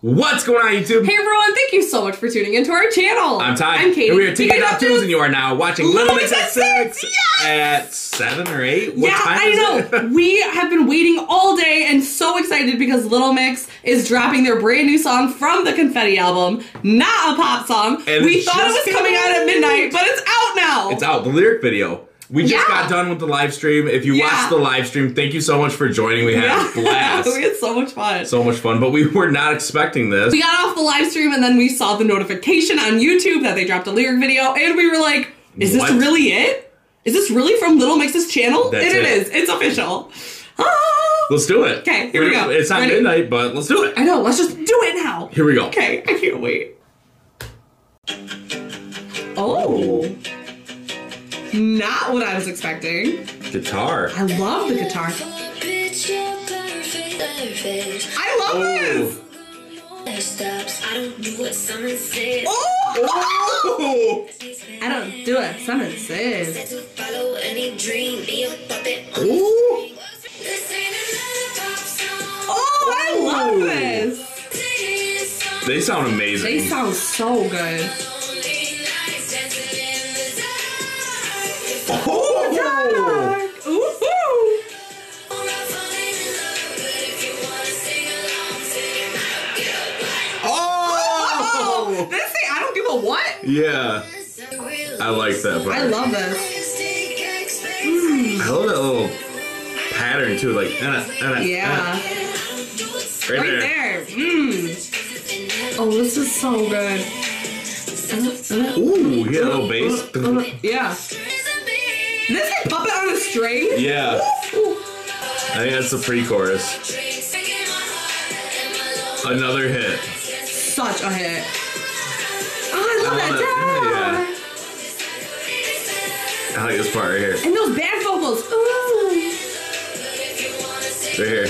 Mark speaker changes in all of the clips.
Speaker 1: What's going on, YouTube?
Speaker 2: Hey everyone, thank you so much for tuning into our channel.
Speaker 1: I'm Todd.
Speaker 2: I'm Katie.
Speaker 1: And we are
Speaker 2: You guys have
Speaker 1: TK.Tunes, and you are now watching Little Mix at 6
Speaker 2: yes!
Speaker 1: at 7 or 8. What
Speaker 2: yeah,
Speaker 1: time is
Speaker 2: I know.
Speaker 1: it?
Speaker 2: we have been waiting all day and so excited because Little Mix is dropping their brand new song from the Confetti album, not a pop song.
Speaker 1: And
Speaker 2: we
Speaker 1: it
Speaker 2: thought it
Speaker 1: just
Speaker 2: was coming
Speaker 1: came
Speaker 2: out at
Speaker 1: out.
Speaker 2: midnight, but it's out now.
Speaker 1: It's out, the lyric video. We just
Speaker 2: Yeah.
Speaker 1: got done with the live stream. If you
Speaker 2: Yeah.
Speaker 1: watched the live stream, thank you so much for joining. We had a
Speaker 2: we
Speaker 1: blast.
Speaker 2: had so much fun.
Speaker 1: so much fun, but we were not expecting this.
Speaker 2: we got off the live stream and then we saw the notification on YouTube that they dropped a lyric video, and we were like, "Is this
Speaker 1: What?
Speaker 2: really it? Is this really from Little Mix's channel?"
Speaker 1: That's
Speaker 2: and it
Speaker 1: it.
Speaker 2: is. It's official. Ah!
Speaker 1: let's do it.
Speaker 2: Okay, here we
Speaker 1: We're-
Speaker 2: go.
Speaker 1: It's not
Speaker 2: Ready?
Speaker 1: midnight, but let's do it.
Speaker 2: I know. Let's just do it now.
Speaker 1: Here we go.
Speaker 2: Okay, I can't wait. Oh. Not what I was expecting.
Speaker 1: Guitar.
Speaker 2: I love the guitar. I love
Speaker 1: Oh.
Speaker 2: this!
Speaker 3: I don't do what someone says.
Speaker 2: Oh!
Speaker 1: Oh.
Speaker 2: I don't do it. Someone says.
Speaker 3: To follow any dream, be a puppet.
Speaker 1: Ooh.
Speaker 3: This ain't another pop song.
Speaker 2: Oh, I love
Speaker 1: Ooh.
Speaker 2: this!
Speaker 1: They sound amazing.
Speaker 2: They sound so good.
Speaker 1: oh.
Speaker 2: Ooh! Oh,
Speaker 1: Oh.
Speaker 2: this thing, I don't give a what.
Speaker 1: Yeah. I like that part.
Speaker 2: I love this. Mm.
Speaker 1: I love that little pattern too, like uh, uh, uh,
Speaker 2: Yeah.
Speaker 1: right,
Speaker 2: Right
Speaker 1: there.
Speaker 2: there. Mmm. Oh, this is so good. Uh, uh,
Speaker 1: Ooh, yeah, little bass.
Speaker 2: uh, uh, yeah. This is puppet on a string?
Speaker 1: Yeah,
Speaker 2: Ooh.
Speaker 1: I think that's the pre-chorus. Another hit.
Speaker 2: Such a hit. Oh, I
Speaker 1: I
Speaker 2: love
Speaker 1: love
Speaker 2: that.
Speaker 1: it.
Speaker 2: Yeah,
Speaker 1: Yeah, I like this part right here.
Speaker 2: And those bad vocals. Ooh.
Speaker 1: Right here.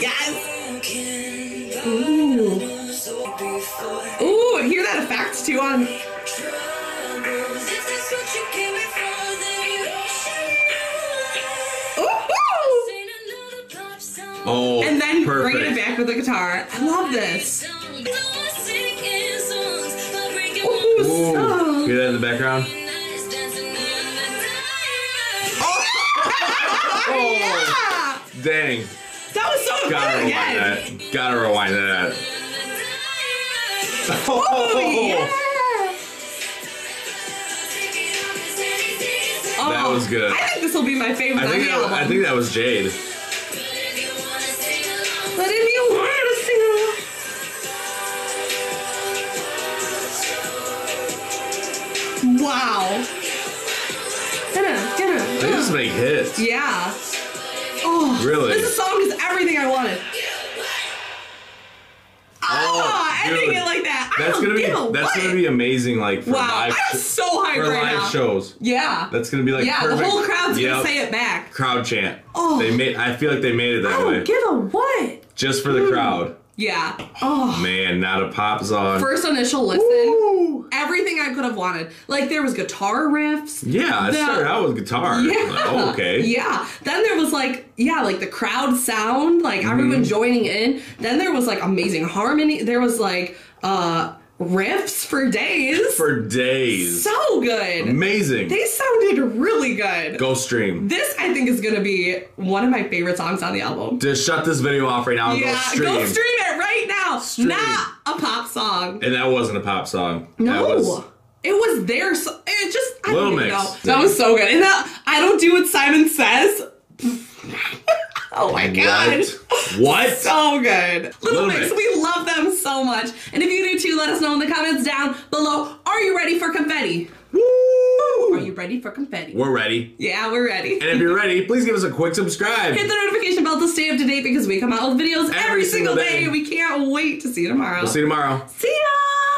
Speaker 2: Yes. Ooh. Ooh, and hear that effect too on. Ooh. ooh.
Speaker 1: Oh,
Speaker 2: And then
Speaker 1: perfect.
Speaker 2: bringing it back with the guitar. I love this. Ooh,
Speaker 1: Ooh,
Speaker 2: so-
Speaker 1: hear that in the background? Oh,
Speaker 2: Ah,
Speaker 1: dang!
Speaker 2: that was so
Speaker 1: Gotta
Speaker 2: good
Speaker 1: rewind
Speaker 2: again.
Speaker 1: that. Gotta rewind that.
Speaker 2: Oh, yeah.
Speaker 1: That
Speaker 2: Oh,
Speaker 1: was good.
Speaker 2: I think this will be my
Speaker 1: I
Speaker 2: favorite on
Speaker 1: think
Speaker 2: the
Speaker 1: that,
Speaker 2: album.
Speaker 1: I think that was Jade.
Speaker 2: but if you want to sing along. Wow. Dinner, dinner,
Speaker 1: They just
Speaker 2: dinner.
Speaker 1: make hits.
Speaker 2: Yeah. Oh,
Speaker 1: Really?
Speaker 2: This song is everything I wanted. Oh, ending
Speaker 1: dude.
Speaker 2: it like that. I
Speaker 1: That's
Speaker 2: don't
Speaker 1: gonna be
Speaker 2: give
Speaker 1: that's
Speaker 2: a what.
Speaker 1: gonna be amazing. Like for
Speaker 2: Wow,
Speaker 1: live
Speaker 2: I'm
Speaker 1: sh-
Speaker 2: so hyped
Speaker 1: for
Speaker 2: right
Speaker 1: live
Speaker 2: now.
Speaker 1: shows.
Speaker 2: Yeah.
Speaker 1: That's gonna be like
Speaker 2: yeah,
Speaker 1: perfect.
Speaker 2: the whole crowd's
Speaker 1: Yep.
Speaker 2: gonna say it back.
Speaker 1: crowd chant.
Speaker 2: Oh.
Speaker 1: They made. I feel like they made it
Speaker 2: I
Speaker 1: that way,
Speaker 2: don't give a what.
Speaker 1: just for the crowd.
Speaker 2: Yeah. Oh.
Speaker 1: Man, not a pop song.
Speaker 2: First initial listen,
Speaker 1: Uh, Ooh.
Speaker 2: everything I could have wanted. Like there was guitar riffs.
Speaker 1: yeah, I
Speaker 2: The-
Speaker 1: started out with guitar. Like, oh, okay.
Speaker 2: Yeah. Then there was like, yeah, like the crowd sound, like
Speaker 1: Mm-hmm.
Speaker 2: everyone joining in. Then there was like amazing harmony. There was like uh riffs for days.
Speaker 1: For days.
Speaker 2: so good.
Speaker 1: Amazing.
Speaker 2: They sounded really good.
Speaker 1: Go stream.
Speaker 2: This I think is gonna be one of my favorite songs on the album.
Speaker 1: Just shut this video off right now and
Speaker 2: yeah,
Speaker 1: go stream.
Speaker 2: go stream it right now.
Speaker 1: Stream.
Speaker 2: Not a pop song.
Speaker 1: And that wasn't a pop song.
Speaker 2: No.
Speaker 1: That was,
Speaker 2: it was their. So- it just. I
Speaker 1: Little
Speaker 2: don't even
Speaker 1: Mix.
Speaker 2: know. That was so good. And that I don't do what Simon says. oh my god.
Speaker 1: What? What?
Speaker 2: So good. Little
Speaker 1: Little
Speaker 2: Mix,
Speaker 1: Mix.
Speaker 2: we love them so much. And if you do too, let us know in the comments down below. Are you ready for confetti?
Speaker 1: Woo!
Speaker 2: Are you ready for confetti?
Speaker 1: We're ready.
Speaker 2: yeah, we're ready.
Speaker 1: And if you're ready, please give us a quick subscribe.
Speaker 2: Hit the notification bell to stay up to date because we come out with videos every, single day. We can't wait to see you tomorrow.
Speaker 1: We'll see you tomorrow.
Speaker 2: See ya!